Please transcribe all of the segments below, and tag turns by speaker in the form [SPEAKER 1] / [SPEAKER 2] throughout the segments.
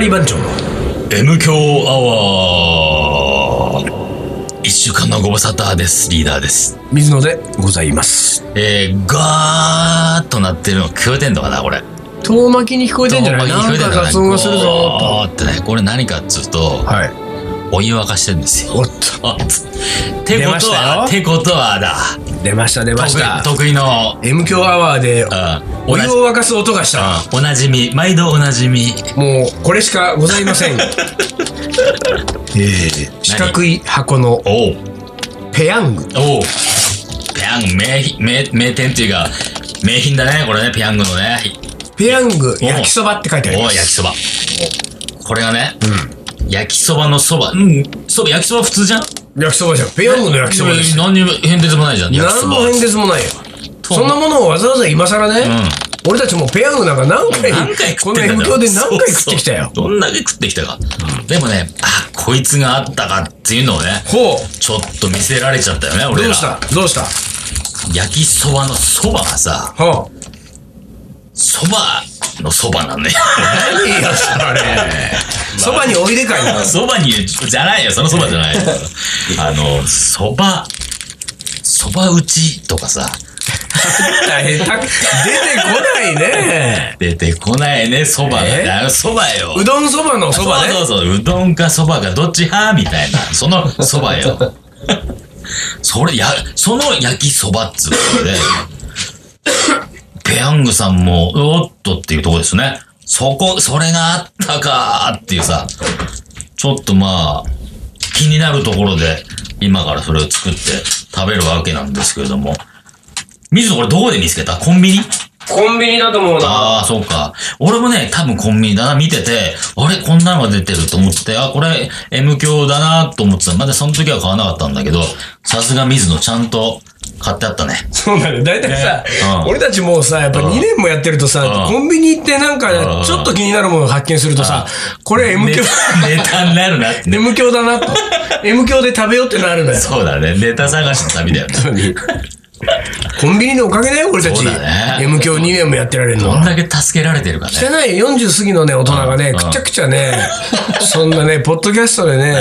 [SPEAKER 1] リー番長の
[SPEAKER 2] M 強アワー一週間のご無沙汰です。リーダーです。
[SPEAKER 1] 水野でございます。
[SPEAKER 2] えー、ガーッとなってるの聞こえてんのかなこれ。
[SPEAKER 1] 遠巻きに聞こえてんじゃない
[SPEAKER 2] 遠
[SPEAKER 1] な
[SPEAKER 2] 巻
[SPEAKER 1] ん
[SPEAKER 2] きに聞こえて
[SPEAKER 1] か
[SPEAKER 2] る
[SPEAKER 1] 雑音がするぞ
[SPEAKER 2] ゴーってね、これ何かっつうと
[SPEAKER 1] と。、はい。
[SPEAKER 2] お湯沸かしてるんですよ。
[SPEAKER 1] おっと。
[SPEAKER 2] あつって
[SPEAKER 1] 出
[SPEAKER 2] こ
[SPEAKER 1] まし
[SPEAKER 2] と
[SPEAKER 1] たよ
[SPEAKER 2] は、ってことはだ。
[SPEAKER 1] 出ました、出ました。
[SPEAKER 2] 得意得意の、
[SPEAKER 1] M 強アワーで、
[SPEAKER 2] う
[SPEAKER 1] お
[SPEAKER 2] ん、おな
[SPEAKER 1] 湯
[SPEAKER 2] じ
[SPEAKER 1] を沸かす音がした。
[SPEAKER 2] うんおなじみ、毎度おなじみ。
[SPEAKER 1] もう、これしかございま せん。えー、四角い箱の
[SPEAKER 2] おう。
[SPEAKER 1] ペヤング。
[SPEAKER 2] おう。ペヤング名品、名、名店っていうか、名品だね、これね、ペヤングのね。
[SPEAKER 1] ペヤング焼きそばって書いてあり
[SPEAKER 2] お
[SPEAKER 1] ま
[SPEAKER 2] う、焼き
[SPEAKER 1] す。
[SPEAKER 2] そば。これがね、焼きそばのそば。うん、そば、焼きそば普通じゃん
[SPEAKER 1] 焼きそばじゃん。ペヤングの焼きそばです。
[SPEAKER 2] 何にも変哲もないじゃん、焼きそ
[SPEAKER 1] 何
[SPEAKER 2] ば
[SPEAKER 1] の。変哲もないよ。
[SPEAKER 2] と
[SPEAKER 1] そんなものをわざわざ今更ね、俺たちもペヤングなんか何回、
[SPEAKER 2] 何回食
[SPEAKER 1] こ
[SPEAKER 2] っ
[SPEAKER 1] の
[SPEAKER 2] てんだ
[SPEAKER 1] M
[SPEAKER 2] よ
[SPEAKER 1] 強で何回食ってきたよ。
[SPEAKER 2] そうそうどんだけ食ってきたか。でもね、あ、こいつがあったかっていうのをね、
[SPEAKER 1] ほう。
[SPEAKER 2] ちょっと見せられちゃったよね、俺
[SPEAKER 1] ど
[SPEAKER 2] ら。
[SPEAKER 1] うしたどうした
[SPEAKER 2] 焼きそばのそばがさ、
[SPEAKER 1] はあ。
[SPEAKER 2] そばのそばなんだよ。
[SPEAKER 1] 何よ、それ。そばにおいでかいな。
[SPEAKER 2] そばに、じゃないよ、そのそばじゃ ないよ。あの、そば、そば打ちとかさ、
[SPEAKER 1] 大変た出てこないね。
[SPEAKER 2] 出てこないね、そば
[SPEAKER 1] え
[SPEAKER 2] が。そばよ。
[SPEAKER 1] うどんそばのそばね。
[SPEAKER 2] そうそうそう、うどんかそばかどっち派みたいな、そ のそばよ。それ、や、その焼きそばっつうことで、ペヤングさんも、おっとっていうとこですね。そこ、それがあったかーっていうさ、ちょっとまあ、気になるところで、今からそれを作って食べるわけなんですけれども。水野これどこで見つけたコンビニ
[SPEAKER 1] コンビニだと思うな。
[SPEAKER 2] ああ、そうか。俺もね、多分コンビニだな、見てて、あれ、こんなのが出てると思って、あ、これ、M 響だなと思ってた。まだその時は買わなかったんだけど、さすが水野ちゃんと買ってあったね。
[SPEAKER 1] そうだね。大体さ
[SPEAKER 2] ねう、ん
[SPEAKER 1] 俺たちもうさ、やっぱ2年もやってるとさ、
[SPEAKER 2] うん
[SPEAKER 1] コンビニ行ってなん
[SPEAKER 2] う
[SPEAKER 1] か、
[SPEAKER 2] ん
[SPEAKER 1] ちょっと気になるものを発見するとさ、これ M
[SPEAKER 2] ネ
[SPEAKER 1] 響、
[SPEAKER 2] ネタになるなって。
[SPEAKER 1] M 響だなと。M 響で食べようってなるのよ。
[SPEAKER 2] そうだね、ネタ探しの旅だよね。
[SPEAKER 1] コンビニのおかげだよ、俺たち。
[SPEAKER 2] そうだね
[SPEAKER 1] M 響2年もやってられるの
[SPEAKER 2] どん
[SPEAKER 1] は。
[SPEAKER 2] だけ助けられてるかね。
[SPEAKER 1] してない40過ぎのね、大人がね、
[SPEAKER 2] うん
[SPEAKER 1] くちゃくちゃね、そんなね、ポッドキャストで ね、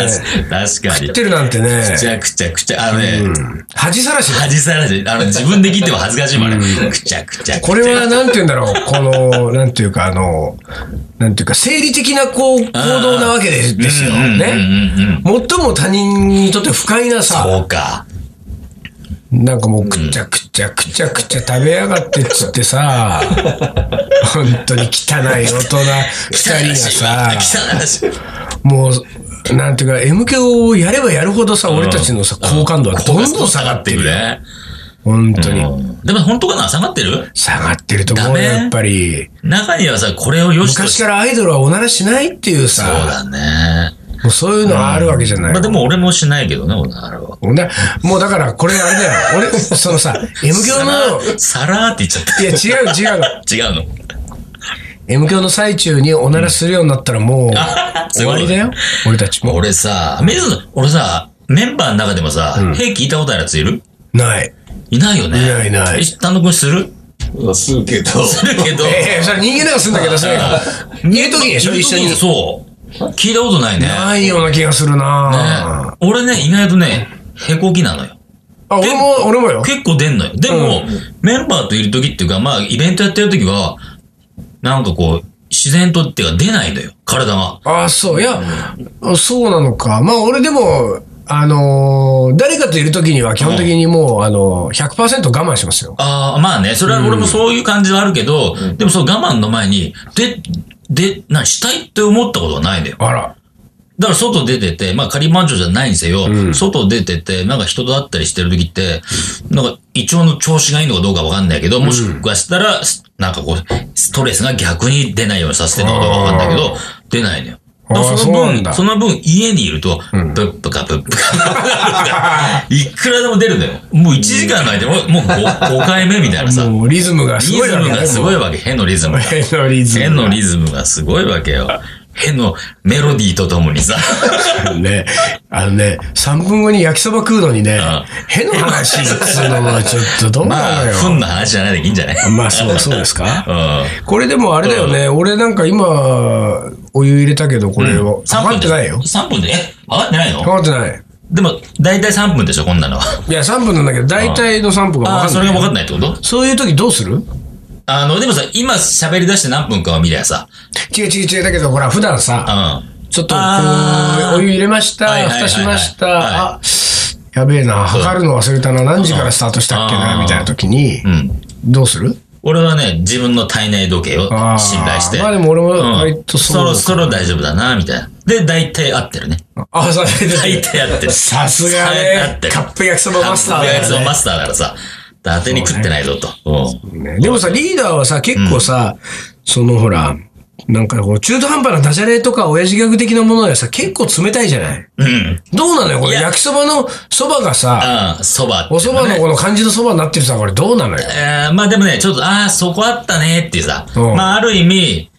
[SPEAKER 2] 確かに。
[SPEAKER 1] 食ってるなんてね、
[SPEAKER 2] くちゃくちゃくちゃ、あのね、
[SPEAKER 1] 恥さらしだ。
[SPEAKER 2] 恥さらし、あの、自分で切っても恥ずかしいもんね。くちゃくちゃくちゃ。
[SPEAKER 1] これは、なんて言うんだろう、この、なんていうか、あの、なんていうか、生理的なこう、行動なわけでですよ。
[SPEAKER 2] うんうん
[SPEAKER 1] ね。
[SPEAKER 2] うんうん。
[SPEAKER 1] 最も他人にとって不快なさ、
[SPEAKER 2] そうか。
[SPEAKER 1] なんかもう、くちゃくちゃくちゃくちゃ食べやがってっつって さ、本当に汚い大人二人がさ、
[SPEAKER 2] 汚らしい。
[SPEAKER 1] もう、なんていうか、M 響をやればやるほどさ、俺たちのさ、好感度はどんどん下がってるよ。
[SPEAKER 2] ね。
[SPEAKER 1] 本当に。
[SPEAKER 2] でも本当かな下がってる
[SPEAKER 1] 下がってると思
[SPEAKER 2] ダ
[SPEAKER 1] うよ、
[SPEAKER 2] メ
[SPEAKER 1] やっぱり。
[SPEAKER 2] 中にはさ、これを良しと
[SPEAKER 1] 昔
[SPEAKER 2] して。
[SPEAKER 1] からアイドルはおならしないっていう
[SPEAKER 2] そう
[SPEAKER 1] さ、
[SPEAKER 2] だね。
[SPEAKER 1] もうそういうのはあるわけじゃない。
[SPEAKER 2] まあでも俺もしないけどね、俺あれは。
[SPEAKER 1] ほんでもうだから、これあれだよ。俺、その さ、M 響の、
[SPEAKER 2] さらーって言っちゃ
[SPEAKER 1] いや違う違うの。
[SPEAKER 2] った。違うの。
[SPEAKER 1] M 響の最中におならするようになったらもう、
[SPEAKER 2] そ
[SPEAKER 1] 終
[SPEAKER 2] ういう
[SPEAKER 1] わ
[SPEAKER 2] こと
[SPEAKER 1] りだよ。俺たちも。
[SPEAKER 2] 俺さ、水野、俺さ、メンバーの中でもさ、兵聞いたことあるやついる
[SPEAKER 1] ない。
[SPEAKER 2] いないよね。
[SPEAKER 1] いないいない
[SPEAKER 2] え単独にする
[SPEAKER 3] するけど、
[SPEAKER 2] するけど。
[SPEAKER 1] ええ、それ人間なんかすんだけど、それ。言うときでしょ、一緒に。
[SPEAKER 2] そう。聞いたことないね。
[SPEAKER 1] ないような気がするなぁ。
[SPEAKER 2] ね俺ね、意外とね、へこきなのよ。
[SPEAKER 1] あ、俺も、俺もよ。
[SPEAKER 2] 結構出んのよ。でも、メンバーといる時っていうか、まあ、イベントやってる時は、なんかこう、自然とっていうか出ないのよ、体が。
[SPEAKER 1] ああ、そう。いや、そうなのか。まあ、俺でも、あのー誰かといるときには基本的にもう、あのー、100%我慢しますよ。
[SPEAKER 2] ああ、まあね、それは俺もそういう感じはあるけど、でもその我慢の前に、で、で、な、したいって思ったことはないのよ。
[SPEAKER 1] あら。
[SPEAKER 2] だから外出てて、まあ仮番長じゃないんですよ。外出てて、なんか人と会ったりしてる時って、なんか胃腸の調子がいいのかどうかわかんないけど、もしかしたら、なんかこう、ストレスが逆に出ないようにさせてるのかわかんないけど、出ないのよ。
[SPEAKER 1] あー
[SPEAKER 2] だから
[SPEAKER 1] そ
[SPEAKER 2] その
[SPEAKER 1] うなん
[SPEAKER 2] 分、
[SPEAKER 1] だ
[SPEAKER 2] その分家にいると、ブップかブップ か、いくらでも出るのよ。もう1時間の間に、もうもう 5, 回目みたいなさ、リ
[SPEAKER 1] もうリズムがす
[SPEAKER 2] ズ
[SPEAKER 1] ごいわ
[SPEAKER 2] ム
[SPEAKER 1] け
[SPEAKER 2] がすごいわけ、変のリズムが。
[SPEAKER 1] 変のリズム。
[SPEAKER 2] 変のリズムがすごいわけよ。変のメロディーとともにさ、
[SPEAKER 1] ね、 あのね、3分後に焼きそば食うのにね、変な話っつうのもちょっとどう
[SPEAKER 2] ま
[SPEAKER 1] な
[SPEAKER 2] あ、
[SPEAKER 1] のよ。
[SPEAKER 2] ふんの話じゃないでいいんじゃないうん。
[SPEAKER 1] まあ、そう、そうですか。
[SPEAKER 2] あ
[SPEAKER 1] これでもあれだよね、俺なんか今、お湯入れたけど、これを。かかってないよ。
[SPEAKER 2] 3分で、え分かってないの
[SPEAKER 1] かかってない。
[SPEAKER 2] でも、だいたい3分でしょ、こんなのは。
[SPEAKER 1] いや、3分なんだけど、大体の3分が
[SPEAKER 2] ああ、
[SPEAKER 1] 分
[SPEAKER 2] そ
[SPEAKER 1] かん
[SPEAKER 2] れが
[SPEAKER 1] ない。
[SPEAKER 2] 分かんないってこと
[SPEAKER 1] そういう時どうする
[SPEAKER 2] あの、でもさ、今喋り出して何分かを見りゃさ、
[SPEAKER 1] 違う違う違う、だけど、ほら、普段
[SPEAKER 2] う
[SPEAKER 1] さ、
[SPEAKER 2] ん。
[SPEAKER 1] ちょっとこ
[SPEAKER 2] あー
[SPEAKER 1] う、お湯入れました、
[SPEAKER 2] はいはいはい
[SPEAKER 1] 蓋
[SPEAKER 2] はい
[SPEAKER 1] しまし
[SPEAKER 2] は
[SPEAKER 1] た、あ、やべえな、測るの忘れたな、何時からスタートしたっけ
[SPEAKER 2] う
[SPEAKER 1] な、
[SPEAKER 2] ん
[SPEAKER 1] みたいな時に
[SPEAKER 2] う、ん。
[SPEAKER 1] どうする
[SPEAKER 2] 俺はね、自分の体内時計を
[SPEAKER 1] あー
[SPEAKER 2] 信頼して。
[SPEAKER 1] まあでも俺も
[SPEAKER 2] うん
[SPEAKER 1] 割とそう
[SPEAKER 2] そろそろ大丈夫だな、みたいな。で、大体合ってるね。
[SPEAKER 1] あ、さすが
[SPEAKER 2] 大体合ってる。
[SPEAKER 1] さすが
[SPEAKER 2] 合っ
[SPEAKER 1] ね
[SPEAKER 2] て、る
[SPEAKER 1] カップ焼きそばマスター
[SPEAKER 2] カップ
[SPEAKER 1] だ
[SPEAKER 2] 焼きそ
[SPEAKER 1] よ
[SPEAKER 2] ば
[SPEAKER 1] ね
[SPEAKER 2] マスターだからさ、伊達に食ってないぞと。うん
[SPEAKER 1] ね。でもさ、リーダーはさ、結構さ、そのほら、なんかこう、中途半端なダジャレとか親父ギャグ的なものがさ、結構冷たいじゃない
[SPEAKER 2] うん。
[SPEAKER 1] どうなのよこれ、
[SPEAKER 2] いや
[SPEAKER 1] 焼きそばのそばがさ、
[SPEAKER 2] ああ、そばって
[SPEAKER 1] お
[SPEAKER 2] いう
[SPEAKER 1] そ
[SPEAKER 2] のね。
[SPEAKER 1] ばのこの漢字のそばになってるさ、これどうなの よ
[SPEAKER 2] えーまあでもね、ちょっと、ああ、そこあったねっていうさ、
[SPEAKER 1] うん
[SPEAKER 2] まあある意味、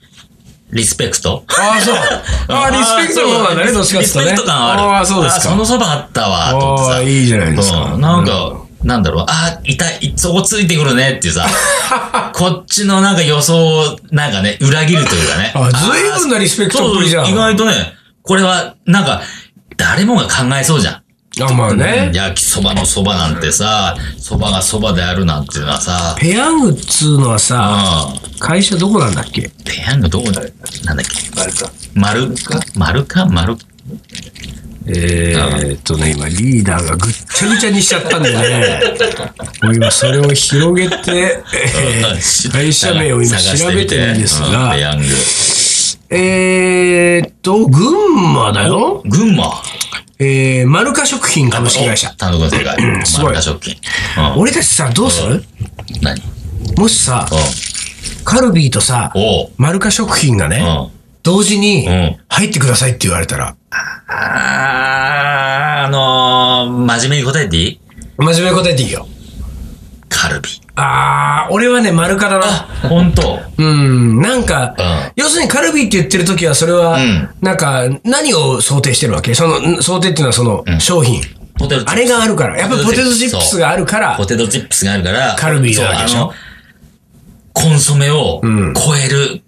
[SPEAKER 2] リスペクト。
[SPEAKER 1] ああ、そう。 ああ、リスペクトの方なんだね、どっちか
[SPEAKER 2] リ
[SPEAKER 1] っていうと
[SPEAKER 2] ス
[SPEAKER 1] ね。
[SPEAKER 2] ペクト感はある。
[SPEAKER 1] ああ、そうです
[SPEAKER 2] あーそ
[SPEAKER 1] か。
[SPEAKER 2] のそばあったわ、と思って
[SPEAKER 1] あ
[SPEAKER 2] さ。
[SPEAKER 1] あ、いいじゃないですか。
[SPEAKER 2] うん、なんか、なんだろう、あ、いた、いそこついてくるねってい うさ、こっちのなんか予想を、なんかね、裏切るというかね。
[SPEAKER 1] あ随分なリスペクトっぷりじゃん
[SPEAKER 2] そう意外とね、これは、なんか、誰もが考えそうじゃん。
[SPEAKER 1] あ、まあ
[SPEAKER 2] うん
[SPEAKER 1] ね。
[SPEAKER 2] 焼きそばのそばなんてさ、そばがそばであるなんていうのはさ、
[SPEAKER 1] ペヤングっつうのはさ、
[SPEAKER 2] う
[SPEAKER 1] 会社どこなんだっけ
[SPEAKER 2] ん。ペヤングどこだなんだっけ丸か。丸か丸か丸
[SPEAKER 1] えーっとね、今リーダーがぐっちゃぐちゃにしちゃったんでね、 もう今それを広げて、えー会社名を今調べてるんです
[SPEAKER 2] うん
[SPEAKER 1] が
[SPEAKER 2] ペ、ヤング。
[SPEAKER 1] えーっと、群馬だよ。
[SPEAKER 2] 群馬。
[SPEAKER 1] えー、マルカ食品株式会社。
[SPEAKER 2] 単独の正解。
[SPEAKER 1] すごい
[SPEAKER 2] 丸田食品。うん
[SPEAKER 1] 俺たちさ、どうする
[SPEAKER 2] 何
[SPEAKER 1] もしさ、カルビーとさ、
[SPEAKER 2] うん。おう。
[SPEAKER 1] マルカ食品がね、
[SPEAKER 2] うん。
[SPEAKER 1] 同時に
[SPEAKER 2] うん、
[SPEAKER 1] 入ってくださいって言われたら、
[SPEAKER 2] あー、あのー、真面目に答えていい
[SPEAKER 1] 真面目に答えていいよ。
[SPEAKER 2] カルビ。
[SPEAKER 1] あー、俺はね、マルカだな。
[SPEAKER 2] ほんと
[SPEAKER 1] うん、なんか、
[SPEAKER 2] うん
[SPEAKER 1] 要するにカルビーって言ってる時は、それは、
[SPEAKER 2] うん
[SPEAKER 1] なんか、何を想定してるわけその、ん想定っていうのはその、商品。
[SPEAKER 2] ポテトチップス
[SPEAKER 1] あれがあるから。やっぱりポテトチップスがあるから
[SPEAKER 2] ポ、テトチップスがあるから。
[SPEAKER 1] カルビーなわけでしょ
[SPEAKER 2] そうあのコンソメを
[SPEAKER 1] ん
[SPEAKER 2] 超える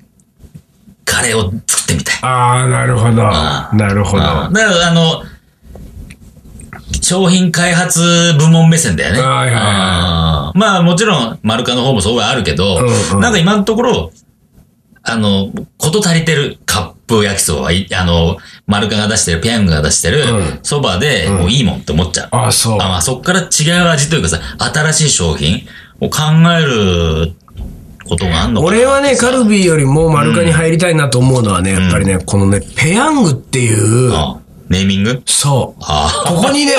[SPEAKER 2] カレーを作ってみたい。
[SPEAKER 1] ああ、なるほど。
[SPEAKER 2] うん
[SPEAKER 1] なるほど。
[SPEAKER 2] うん
[SPEAKER 1] は
[SPEAKER 2] だから、あの、商品開発部門目線だよね。
[SPEAKER 1] はいはいは
[SPEAKER 2] うんまあもちろん、マルカの方もそうはあるけど、
[SPEAKER 1] うんうん
[SPEAKER 2] なんか今のところ、あの、こと足りてるカップ焼きそばはい、あの、マルカが出してる、ペヤングが出してる
[SPEAKER 1] ん
[SPEAKER 2] そばで、もういいもんって思っちゃう。
[SPEAKER 1] あーそう
[SPEAKER 2] まあそっから違う味というかさ、新しい商品を考えることがあんのかな
[SPEAKER 1] 俺はね、カルビーよりもマルカに入りたいなと思うのはね、やっぱりね、このね、ペヤングっていう、
[SPEAKER 2] うんネーミング
[SPEAKER 1] そう。
[SPEAKER 2] ああ。
[SPEAKER 1] ここ にね、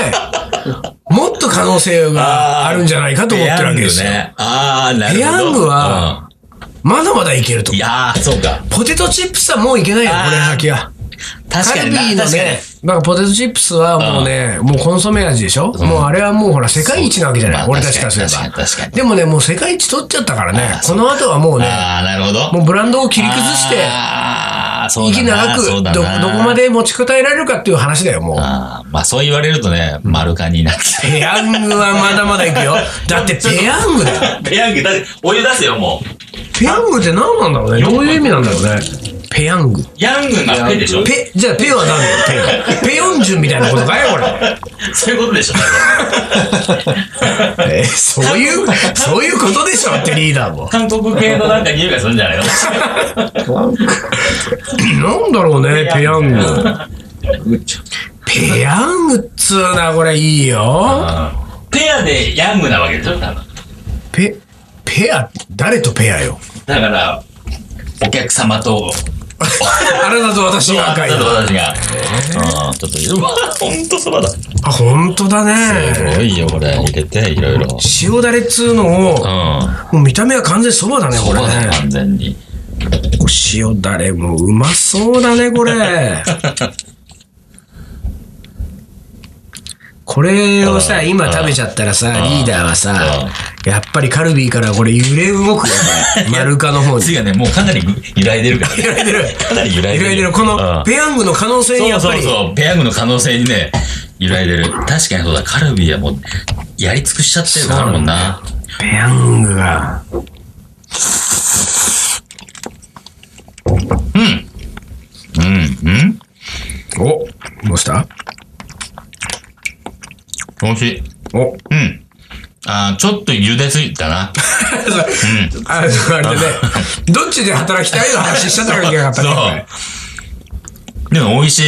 [SPEAKER 1] もっと可能性があるんじゃないかと思ってるわけですよ。
[SPEAKER 2] ペヤングね。ああ、なるほど。
[SPEAKER 1] ペヤングは、まだまだいけると
[SPEAKER 2] うん、い。やー、そうか。
[SPEAKER 1] ポテトチップスはもういけないよ、
[SPEAKER 2] あー
[SPEAKER 1] これ先は。
[SPEAKER 2] 確
[SPEAKER 1] カ
[SPEAKER 2] か
[SPEAKER 1] ル
[SPEAKER 2] に
[SPEAKER 1] ビ
[SPEAKER 2] な
[SPEAKER 1] ーの
[SPEAKER 2] 確かに
[SPEAKER 1] ね。、なんかポテトチップスはもうね、もうコンソメ味でしょもうあれはもうほら、世界一なわけじゃな
[SPEAKER 2] ま
[SPEAKER 1] い
[SPEAKER 2] あ
[SPEAKER 1] 俺たちからすれ
[SPEAKER 2] 確かに
[SPEAKER 1] ば
[SPEAKER 2] 確かに確か。に
[SPEAKER 1] でもね、もう世界一取っちゃったからね
[SPEAKER 2] あ、ー
[SPEAKER 1] この後はもうね、
[SPEAKER 2] ああ、なるほど。
[SPEAKER 1] もうブランドを切り崩して、
[SPEAKER 2] ああ、そうだ
[SPEAKER 1] 息
[SPEAKER 2] な
[SPEAKER 1] 長く
[SPEAKER 2] そ
[SPEAKER 1] ど、
[SPEAKER 2] うだ
[SPEAKER 1] どこ
[SPEAKER 2] な
[SPEAKER 1] まで持ちこたえられるかっていう話だよ、もう。
[SPEAKER 2] ああ、まあそう言われるとね、丸カになってき
[SPEAKER 1] ペヤングはまだまだいくよ。だってペヤングだよ。
[SPEAKER 2] た。ペヤング、だって、お湯出せよ、もう。
[SPEAKER 1] ペヤングって何なんだろうね。どういう意味なんだろうね。ペヤング。
[SPEAKER 2] ヤングなペでしょ
[SPEAKER 1] ペ、じゃあペは何だよ、ペは。ペヨンジュンみたいなことかよ、これ。
[SPEAKER 2] そういうことでしょ、
[SPEAKER 1] えーそういう、そういうことでしょってリーダー も。
[SPEAKER 2] 韓国系のなんか匂いがするんじゃないの
[SPEAKER 1] なんだろうね、ペヤング。ペヤングっつうな、これいいよ。
[SPEAKER 2] ペアでヤングなわけでしょ、多分。
[SPEAKER 1] ペ、ペア、誰とペア よ。
[SPEAKER 2] だから、お客様と、
[SPEAKER 1] あなたと私が赤い
[SPEAKER 2] あ
[SPEAKER 1] の。
[SPEAKER 2] 私が。うん、ちょっといい、うわ、ほんとそばだ。す
[SPEAKER 1] あ、本当だね。
[SPEAKER 2] ごいよ、これ。入れて、いろいろ。うん。
[SPEAKER 1] 塩だれっつうのを、もう見た目は完全にそばだね、
[SPEAKER 2] そ
[SPEAKER 1] これ
[SPEAKER 2] ばだよ、
[SPEAKER 1] ね。
[SPEAKER 2] 完全に。
[SPEAKER 1] 塩だれもうま そうだね、これ。ここれを
[SPEAKER 2] う
[SPEAKER 1] さ、
[SPEAKER 2] ん
[SPEAKER 1] 今食べちゃったらさ、
[SPEAKER 2] ん
[SPEAKER 1] リーダーはさ、やっぱりカルビーからこれ揺れ動くよ、こ れ。丸カの方に。
[SPEAKER 2] 次はね、もうかなりぐ揺らいでるからね。
[SPEAKER 1] 揺らいでる。
[SPEAKER 2] かなり揺らいで
[SPEAKER 1] 揺
[SPEAKER 2] る。
[SPEAKER 1] らいでる。こ
[SPEAKER 2] う
[SPEAKER 1] の
[SPEAKER 2] ん、
[SPEAKER 1] ペヤングの可能性にやっぱり。
[SPEAKER 2] そうそうそう、ペヤングの可能性にね、揺らいでる。確かにそうだ、カルビはもう、やり尽くしちゃってるからもんな。
[SPEAKER 1] ペヤングが。
[SPEAKER 2] うん、うん。
[SPEAKER 1] おどうした
[SPEAKER 2] 美味しい。
[SPEAKER 1] お
[SPEAKER 2] うん。あーちょっと茹ですぎた
[SPEAKER 1] あ
[SPEAKER 2] な。
[SPEAKER 1] の、あれだ ね。どっちで働きたいの話しちゃったからいけなかったね。これ
[SPEAKER 2] そう。でも美味しい。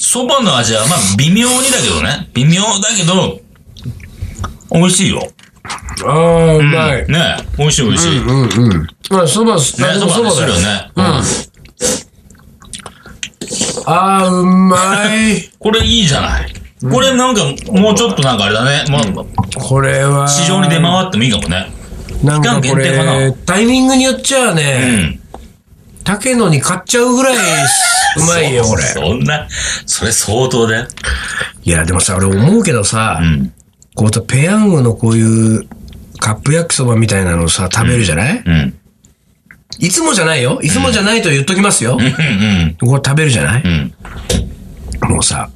[SPEAKER 2] そばの味は、まあ、微妙にだけどね。微妙だけど、美味しいよ。
[SPEAKER 1] ああ、うまい。
[SPEAKER 2] ね美味しい美味しい。ね
[SPEAKER 1] うんうん。まあ、そば、あで
[SPEAKER 2] そ
[SPEAKER 1] も
[SPEAKER 2] ばの味
[SPEAKER 1] そ
[SPEAKER 2] す
[SPEAKER 1] ばだ
[SPEAKER 2] るよ
[SPEAKER 1] よ。
[SPEAKER 2] ね。うん。
[SPEAKER 1] ああ、うまい。
[SPEAKER 2] これいいじゃない。これなんか、もうちょっとなんかあれだね。まあ、
[SPEAKER 1] これは。
[SPEAKER 2] 市場に出回ってもいいかもね。
[SPEAKER 1] なんかこ
[SPEAKER 2] 期間限定か
[SPEAKER 1] れ
[SPEAKER 2] な、
[SPEAKER 1] タイミングによっちゃ
[SPEAKER 2] う
[SPEAKER 1] ね、
[SPEAKER 2] ん。
[SPEAKER 1] 竹野に買っちゃうぐらい、うまいよ、これ。
[SPEAKER 2] そんな、それ相当だよ。
[SPEAKER 1] いや、でもさ、俺思うけどさ
[SPEAKER 2] う、ん。
[SPEAKER 1] こうとペヤングのこういうカップ焼きそばみたいなのをさ、食べるじゃない
[SPEAKER 2] うん。うん
[SPEAKER 1] いつもじゃないよ。いつもじゃないと言っときますよ。
[SPEAKER 2] うん。
[SPEAKER 1] こう食べるじゃない
[SPEAKER 2] うん。
[SPEAKER 1] もうさ、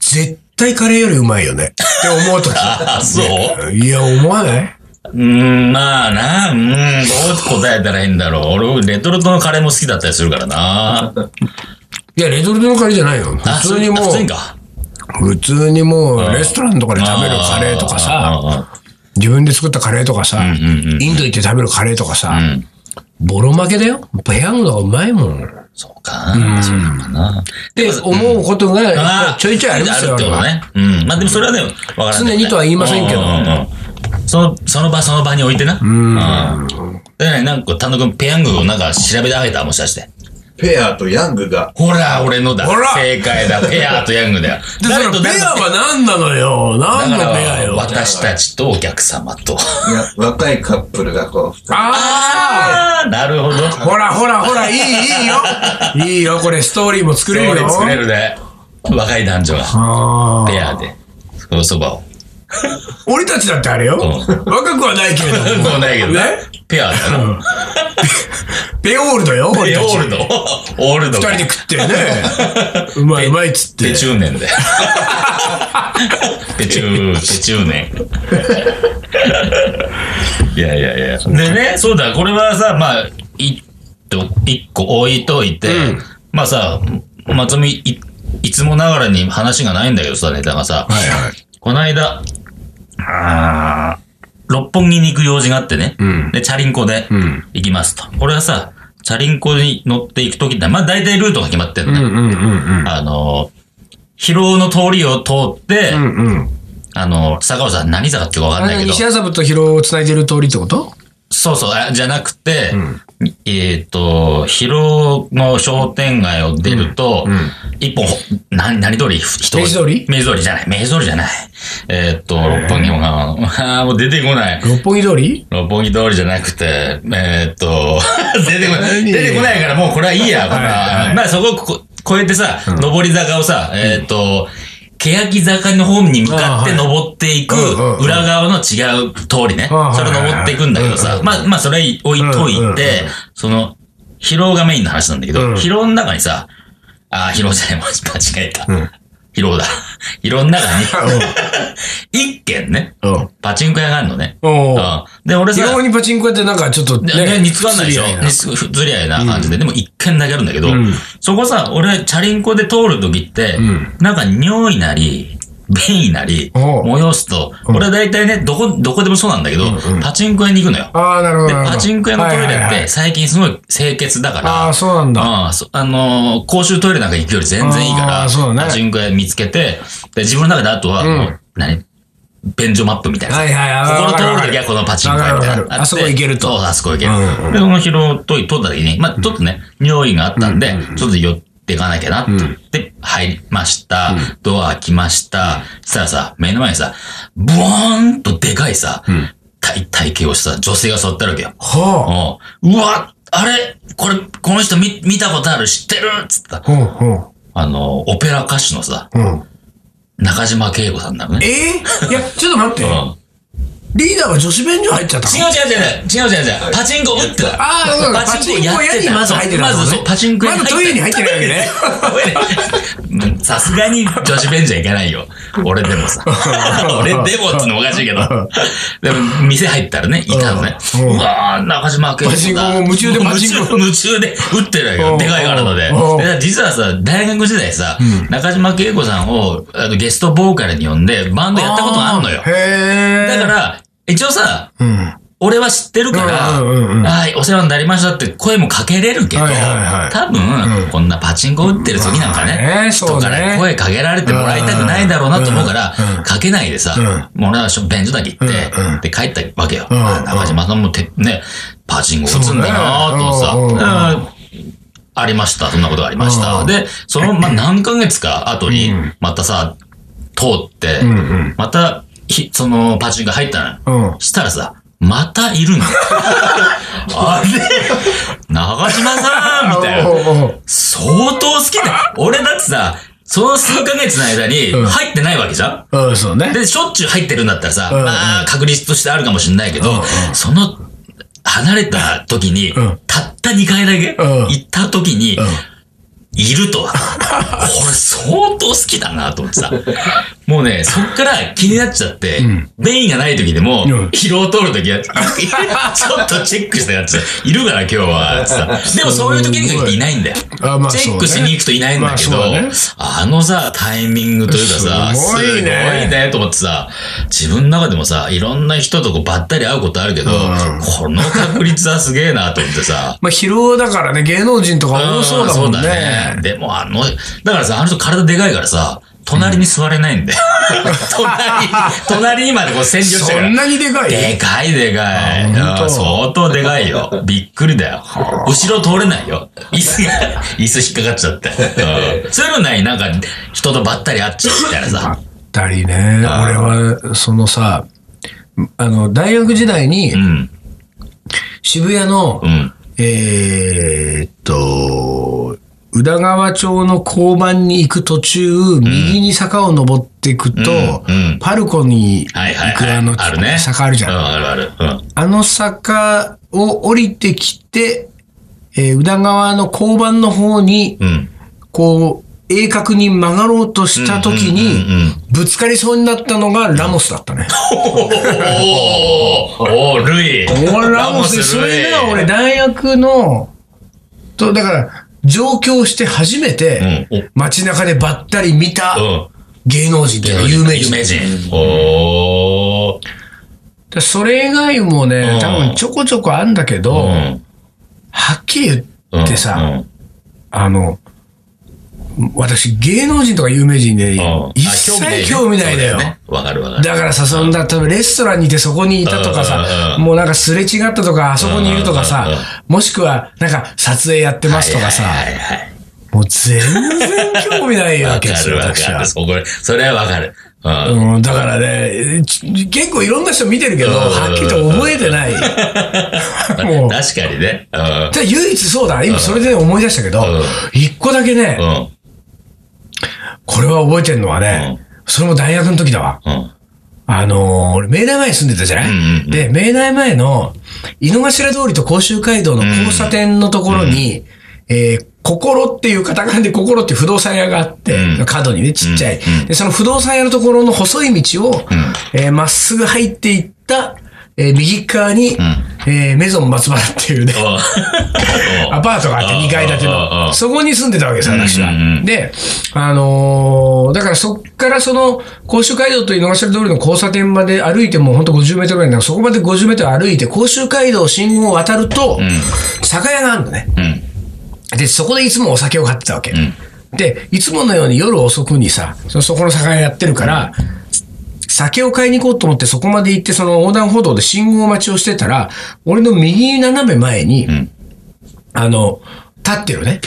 [SPEAKER 1] 絶対カレーよりうまいよね。って思う とき。
[SPEAKER 2] あ、そう
[SPEAKER 1] いや、思わないう
[SPEAKER 2] ーん、まあな、うーん、どう答えたらいいんだろう。俺、レトルトのカレーも好きだったりするからな。
[SPEAKER 1] いや、レトルトのカレーじゃないよ。
[SPEAKER 2] あ
[SPEAKER 1] 普通にも
[SPEAKER 2] そ
[SPEAKER 1] う
[SPEAKER 2] う普通に、か。
[SPEAKER 1] 普通にもう、レストランとかで食べるカレーとかさ、
[SPEAKER 2] あ
[SPEAKER 1] 自分で作ったカレーとかさ、
[SPEAKER 2] ー、うんうん
[SPEAKER 1] インド行って食べるカレーとか
[SPEAKER 2] う
[SPEAKER 1] さ、
[SPEAKER 2] ん。うん。
[SPEAKER 1] ボロ負けだよ。ペヤングの方がうまいもん。っ
[SPEAKER 2] そうか。そうなのかな。
[SPEAKER 1] て思うこと
[SPEAKER 2] あ
[SPEAKER 1] が
[SPEAKER 2] ー
[SPEAKER 1] ちょいちょいありますよ。
[SPEAKER 2] ってことね。うん。まあでもそれはね、わからない、
[SPEAKER 1] 常にとは言いませんけど
[SPEAKER 2] ううんうんその、その場その場に置いてな。うん。でね、なんか、田野くん、ペヤングをなんか調べてあげたもしかして。
[SPEAKER 3] ペアとヤングが、
[SPEAKER 2] ほら、俺のだ。
[SPEAKER 1] ほら
[SPEAKER 2] 正解だ。ペアとヤングだよ。
[SPEAKER 1] で、そのペアは何なのよ何の
[SPEAKER 2] だか
[SPEAKER 1] ペア
[SPEAKER 2] ら、
[SPEAKER 1] よ
[SPEAKER 2] 私たちとお客様と。
[SPEAKER 3] いや若いカップルがこう、
[SPEAKER 1] あ
[SPEAKER 2] ああ、なるほど。
[SPEAKER 1] あほらほらほら、いい、い いよいいよ、これストーリーも作れるよ。
[SPEAKER 2] 作れるね。若い男女が、
[SPEAKER 1] あ
[SPEAKER 2] ペ
[SPEAKER 1] あ。
[SPEAKER 2] アで、そのそばを。
[SPEAKER 1] 俺たちだってあれよ。
[SPEAKER 2] ん
[SPEAKER 1] 若くはないけれども。
[SPEAKER 2] もうないけどね
[SPEAKER 1] ね。
[SPEAKER 2] ペ アだな。
[SPEAKER 1] ペオールドよ、俺
[SPEAKER 2] ペ
[SPEAKER 1] た
[SPEAKER 2] アオ
[SPEAKER 1] ち。
[SPEAKER 2] ールド。オールド
[SPEAKER 1] 二
[SPEAKER 2] か。
[SPEAKER 1] 人で食って ね。うまいうまいっつって
[SPEAKER 2] ペ。チューネン で。ペチュー、ペチューネン。いやいやいや。でね、そうだ、これはさ、まあ、いと一個置いといて、まあさ、松見い、いつもながらに話がないんだけどさ、ネタがさ、
[SPEAKER 1] はいはい。
[SPEAKER 2] この間、あー六本木に行く用事があってね、
[SPEAKER 1] ん
[SPEAKER 2] で、チャリンコで
[SPEAKER 1] ん
[SPEAKER 2] 行きますと。これはさ、チャリンコに乗っていくときって、まあ大体ルートが決まってるのね。
[SPEAKER 1] うんうんうん
[SPEAKER 2] あの、広尾の通りを通って、
[SPEAKER 1] うん。うんうん。
[SPEAKER 2] あの、坂尾さん何坂っていうかわかん
[SPEAKER 1] あ
[SPEAKER 2] ない
[SPEAKER 1] の、
[SPEAKER 2] けど、
[SPEAKER 1] 西麻布と広尾を繋いでる通りってこと
[SPEAKER 2] そうそう、あじゃなくて、えっ、と、広尾の商店街を出ると、一本、何、何通り人
[SPEAKER 1] 明治通り
[SPEAKER 2] 明治通りじゃない、明治通りじゃない。えっ、と、六本木のあーもう出てこない。
[SPEAKER 1] 六本木通 り
[SPEAKER 2] 六本木通りじゃなくて、えーっ と、出てこない。
[SPEAKER 1] 何
[SPEAKER 2] 出てこないからもうこれはいいや。こんな
[SPEAKER 1] はいはい
[SPEAKER 2] まあそこをここ越えてさ、上り坂をさ、えーっと、欅坂の方に向かって
[SPEAKER 1] あーはい
[SPEAKER 2] 登っていく
[SPEAKER 1] うんうんうん
[SPEAKER 2] 裏側の違う通りね。
[SPEAKER 1] あー
[SPEAKER 2] それ
[SPEAKER 1] はいはいはい
[SPEAKER 2] 登っていくんだけどさ、まあまあそれ置いと
[SPEAKER 1] うんうんう
[SPEAKER 2] い
[SPEAKER 1] ん
[SPEAKER 2] て、その、疲労がメインの話なんだけ
[SPEAKER 1] う
[SPEAKER 2] ど、
[SPEAKER 1] ん
[SPEAKER 2] 疲労の中にさ、あー、疲労じゃない、もう間違えた
[SPEAKER 1] ん。
[SPEAKER 2] 疲労だ。 疲労の中 に、一軒ね、
[SPEAKER 1] うん。
[SPEAKER 2] パチンコ屋があるのね。
[SPEAKER 1] おう
[SPEAKER 2] うんで、俺さ、
[SPEAKER 1] 広尾にパチンコやってなんかちょっと
[SPEAKER 2] ね、
[SPEAKER 1] ね。
[SPEAKER 2] 煮つかんないでしょ
[SPEAKER 1] 釣り合
[SPEAKER 2] 煮つずり合いな感じで。でも一軒だけあるんだけど、
[SPEAKER 1] うん
[SPEAKER 2] そこさ、俺、チャリンコで通るときって、なんか尿意なり、便意なり、
[SPEAKER 1] おう
[SPEAKER 2] 催すと、俺は大体ね、どこ、どこでもそうなんだけど、パチンコ屋に行くのよ。
[SPEAKER 1] ああ、なるほ
[SPEAKER 2] で、
[SPEAKER 1] どなるほど。
[SPEAKER 2] パチンコ屋のトイレ
[SPEAKER 1] はい
[SPEAKER 2] っ
[SPEAKER 1] はいはい
[SPEAKER 2] て、最近すごい清潔だから、
[SPEAKER 1] ああ、そうなんだ。
[SPEAKER 2] ああ、そあのー公衆トイレなんか行くより全然いいか
[SPEAKER 1] あ
[SPEAKER 2] ら、
[SPEAKER 1] あそうだね
[SPEAKER 2] パチンコ屋見つけて、で、自分の中であとは、
[SPEAKER 1] ん
[SPEAKER 2] もう、何便所マップみたいなさ。
[SPEAKER 1] はいはいはい
[SPEAKER 2] ここの
[SPEAKER 1] わ
[SPEAKER 2] 通
[SPEAKER 1] かる
[SPEAKER 2] る時
[SPEAKER 1] わか
[SPEAKER 2] は
[SPEAKER 1] る
[SPEAKER 2] このパチンコ屋みたい
[SPEAKER 1] わかる
[SPEAKER 2] な
[SPEAKER 1] わかる
[SPEAKER 2] のがって。
[SPEAKER 1] あそこ行けると
[SPEAKER 2] そう、あそこ行ける。
[SPEAKER 1] うん
[SPEAKER 2] で、この広通り通った時に、まあ、ちょっとね、匂いがあったんで、ちょっと寄っていかなきゃなって。で、入りました。ドア開きました。したらさ、目の前にさ、ブワーンとでかいさ、体、体型をした女性が座ってるわけよ。
[SPEAKER 1] は
[SPEAKER 2] うんうわ、あれこれ、この人見見たことある知ってるっつった
[SPEAKER 1] あ。。ほうほう。
[SPEAKER 2] あの、オペラ歌手のさ、
[SPEAKER 1] うん。
[SPEAKER 2] 中島恵子さんになるね。
[SPEAKER 1] えー、いや、ちょっと待って
[SPEAKER 2] う。ん
[SPEAKER 1] リーダーが女子便所入っちゃった
[SPEAKER 2] 違
[SPEAKER 1] の
[SPEAKER 2] う違う違う違う違う違う。パチンコ打ってた。
[SPEAKER 1] ああ、そうか。パチンコ屋にまず入ってたのね
[SPEAKER 2] まずそう、パチンコ屋
[SPEAKER 1] まずトイレに入ってないわけね。
[SPEAKER 2] うん さすがに女子便所行かないよ。俺で もさ。俺でもっつうのおかしいけど。でも、店入ったらね、いたのね。
[SPEAKER 1] うんうん
[SPEAKER 2] うわー、中島明
[SPEAKER 1] パチンコも夢中でパチンコ
[SPEAKER 2] 夢中で打ってるわ
[SPEAKER 1] う
[SPEAKER 2] よ。
[SPEAKER 1] ん
[SPEAKER 2] でかい体で
[SPEAKER 1] うん。
[SPEAKER 2] で実はさ、大学時代さ、中島恵子さんをあのゲストボーカルに呼んで、バンドやったことがあんのよ。
[SPEAKER 1] へえ。
[SPEAKER 2] だか、ら、一応さ、
[SPEAKER 1] うん。
[SPEAKER 2] 俺は知ってるから、
[SPEAKER 1] うんうんうんうん
[SPEAKER 2] はい、お世話になりましたって声もかけれるけど、
[SPEAKER 1] はいはいはい
[SPEAKER 2] 多分、こんなパチンコ打ってる時なんかね、
[SPEAKER 1] まあねそ
[SPEAKER 2] 人
[SPEAKER 1] う
[SPEAKER 2] か
[SPEAKER 1] だね
[SPEAKER 2] ら声かけられてもらいたくないだろうなと思うから、
[SPEAKER 1] うんうん
[SPEAKER 2] かけないでさ、
[SPEAKER 1] う
[SPEAKER 2] もう俺は便所だけ行って、
[SPEAKER 1] うんうん
[SPEAKER 2] で帰ったわけよ。
[SPEAKER 1] うんうん
[SPEAKER 2] あ中島さんもて、ね、パチンコ打つんだなとさ、
[SPEAKER 1] そうねうんうん
[SPEAKER 2] うんありました、そんなことがありまし
[SPEAKER 1] う
[SPEAKER 2] た。
[SPEAKER 1] ん
[SPEAKER 2] で、その、まあ、何ヶ月か後に、またさ、通って、
[SPEAKER 1] うんうん
[SPEAKER 2] また、ひその、パチンコ入ったのよ。
[SPEAKER 1] うん。
[SPEAKER 2] したらさ、またいるのよ。あれ長島さんみたい
[SPEAKER 1] お
[SPEAKER 2] な。
[SPEAKER 1] うおう
[SPEAKER 2] 相当好きだよ。俺だってさ、その数ヶ月の間に
[SPEAKER 1] うん
[SPEAKER 2] 入ってないわけじゃ
[SPEAKER 1] おううん、そうね
[SPEAKER 2] ん。。で、しょっちゅう入ってるんだったらさ、
[SPEAKER 1] うんうん
[SPEAKER 2] まあ、確率としてあるかもしれないけ
[SPEAKER 1] うんう
[SPEAKER 2] ど
[SPEAKER 1] ん、
[SPEAKER 2] その、離れた時に
[SPEAKER 1] うん、
[SPEAKER 2] たった2回だけ
[SPEAKER 1] うん
[SPEAKER 2] 行った時に
[SPEAKER 1] うん、
[SPEAKER 2] いるとは。 俺相当好きだなと思ってさ。もうね、そっから気になっちゃって、
[SPEAKER 1] ん
[SPEAKER 2] メインがない時でも、
[SPEAKER 1] うん
[SPEAKER 2] 疲労通る時は、ちょっとチェックしたやつ、いるから今日は、つってさでもそういう時に限っていないんだよ。
[SPEAKER 1] あまあ
[SPEAKER 2] チェッ
[SPEAKER 1] そう
[SPEAKER 2] ク
[SPEAKER 1] ね
[SPEAKER 2] しに行くといないんだけど、
[SPEAKER 1] まあそう
[SPEAKER 2] あ
[SPEAKER 1] だね
[SPEAKER 2] のさ、タイミングというかさ、
[SPEAKER 1] す
[SPEAKER 2] す
[SPEAKER 1] ご
[SPEAKER 2] ご
[SPEAKER 1] い
[SPEAKER 2] い
[SPEAKER 1] ね
[SPEAKER 2] ねと思ってさ、自分の中でもさ、いろんな人とこうばったり会うことあるけど、
[SPEAKER 1] ん
[SPEAKER 2] この確率はすげえなと思ってさ、
[SPEAKER 1] まあ、疲労だからね、芸能人とか 多そうだもんね。
[SPEAKER 2] うんそうだねでもあの、だからさ、あの人体でかいからさ、隣に座れないんだ よ。隣、隣にまでこう占領して
[SPEAKER 1] そ
[SPEAKER 2] るか
[SPEAKER 1] ん
[SPEAKER 2] ら。
[SPEAKER 1] なにでかい
[SPEAKER 2] でかいでかい。うん
[SPEAKER 1] あ本当
[SPEAKER 2] 相当でかいよ。びっくりだよ。後ろ通れないよ。椅子が、椅子引っかかっちゃって。うんそういうのないなんか、人とばったり会っちゃうみたいな
[SPEAKER 1] あ
[SPEAKER 2] さ。
[SPEAKER 1] ったりね。俺は、そのさ、あの、大学時代に
[SPEAKER 2] うん。
[SPEAKER 1] 渋谷の、
[SPEAKER 2] うん。
[SPEAKER 1] えーっと、宇田川町の交番に行く途中、右に坂を登っていくと、
[SPEAKER 2] うんうん
[SPEAKER 1] パルコに
[SPEAKER 2] はいはい
[SPEAKER 1] 行く
[SPEAKER 2] はい。
[SPEAKER 1] あの、
[SPEAKER 2] あるね。
[SPEAKER 1] 坂あるじゃん。
[SPEAKER 2] うん、あるある。うん。
[SPEAKER 1] あの坂を降りてきて、えー宇田川の交番の方に、
[SPEAKER 2] うん。
[SPEAKER 1] こう、鋭角に曲がろうとした時
[SPEAKER 2] うんうんうんう
[SPEAKER 1] に
[SPEAKER 2] ん、
[SPEAKER 1] ぶつかりそうになったのがラモスだったね。
[SPEAKER 2] おーおー、ルイ。
[SPEAKER 1] 俺ラモス、
[SPEAKER 2] ルイ
[SPEAKER 1] それが俺大学の、と、だから、上京して初めて
[SPEAKER 2] うん、
[SPEAKER 1] 街中でばったり見た
[SPEAKER 2] うん。
[SPEAKER 1] 芸能人っていうか有名人。だか
[SPEAKER 2] おー。
[SPEAKER 1] らそれ以外も
[SPEAKER 2] う
[SPEAKER 1] ね
[SPEAKER 2] ん、
[SPEAKER 1] 多分ちょこちょこあんだけど、はっきり言ってさ、あの、私、芸能人とか有名人で、一切興味ないだよ。
[SPEAKER 2] わかるわかる。
[SPEAKER 1] だからさ、そんな、例えばレストランにいてそこにいたとかさ、
[SPEAKER 2] うん
[SPEAKER 1] もうなんかすれ違ったとか、あそこにいるとか
[SPEAKER 2] うんうんうん
[SPEAKER 1] さ、もしくは、なんか撮影やってますとかさ、
[SPEAKER 2] はいはい。
[SPEAKER 1] もう全然興味ないわ
[SPEAKER 2] わ
[SPEAKER 1] け
[SPEAKER 2] か
[SPEAKER 1] です
[SPEAKER 2] る
[SPEAKER 1] よ、
[SPEAKER 2] わ
[SPEAKER 1] 私
[SPEAKER 2] か
[SPEAKER 1] は
[SPEAKER 2] る。。そこ、それはわかる。うん。
[SPEAKER 1] うん、だからね、ち結構いろんな人見てるけど、
[SPEAKER 2] うん
[SPEAKER 1] はっきりと覚えてない。 もう、
[SPEAKER 2] 確かにね。うん。
[SPEAKER 1] ただ唯一そうだ、今それで思い出したけど
[SPEAKER 2] うん、
[SPEAKER 1] 一個だけね、
[SPEAKER 2] うん。
[SPEAKER 1] これは覚えてるのはね、それも大学の時だわ。
[SPEAKER 2] うん。
[SPEAKER 1] あのー俺、明大前に住んでたじゃない、
[SPEAKER 2] うんうんうん
[SPEAKER 1] で、明大前の、井の頭通りと甲州街道の交差点のところに、えー、心っていうカタカナで心っていう不動産屋があって、
[SPEAKER 2] うん
[SPEAKER 1] 角にね、ちっちゃい、
[SPEAKER 2] うんうん
[SPEAKER 1] で、その不動産屋のところの細い道を、えーまっすぐ入っていった、えー右側に、えーメゾン松原っていうね、アパートがあって2階建ての。そこに住んでたわけです、私は
[SPEAKER 2] うんうんう。ん
[SPEAKER 1] で、あのーだからそっからその、甲州街道と井の頭通りの交差点まで歩いてもうほんと50メートルぐらいなんだけどそこまで50メートル歩いて、甲州街道信号を渡ると、酒屋があるのね。
[SPEAKER 2] うん。
[SPEAKER 1] で、そこでいつもお酒を買ってたわけ。
[SPEAKER 2] ん
[SPEAKER 1] で、いつものように夜遅くにさ、そそこの酒屋やってるから、酒を買いに行こうと思ってそこまで行って、その横断歩道で信号待ちをしてたら、俺の右斜め前に、
[SPEAKER 2] ん
[SPEAKER 1] あの、立ってるね、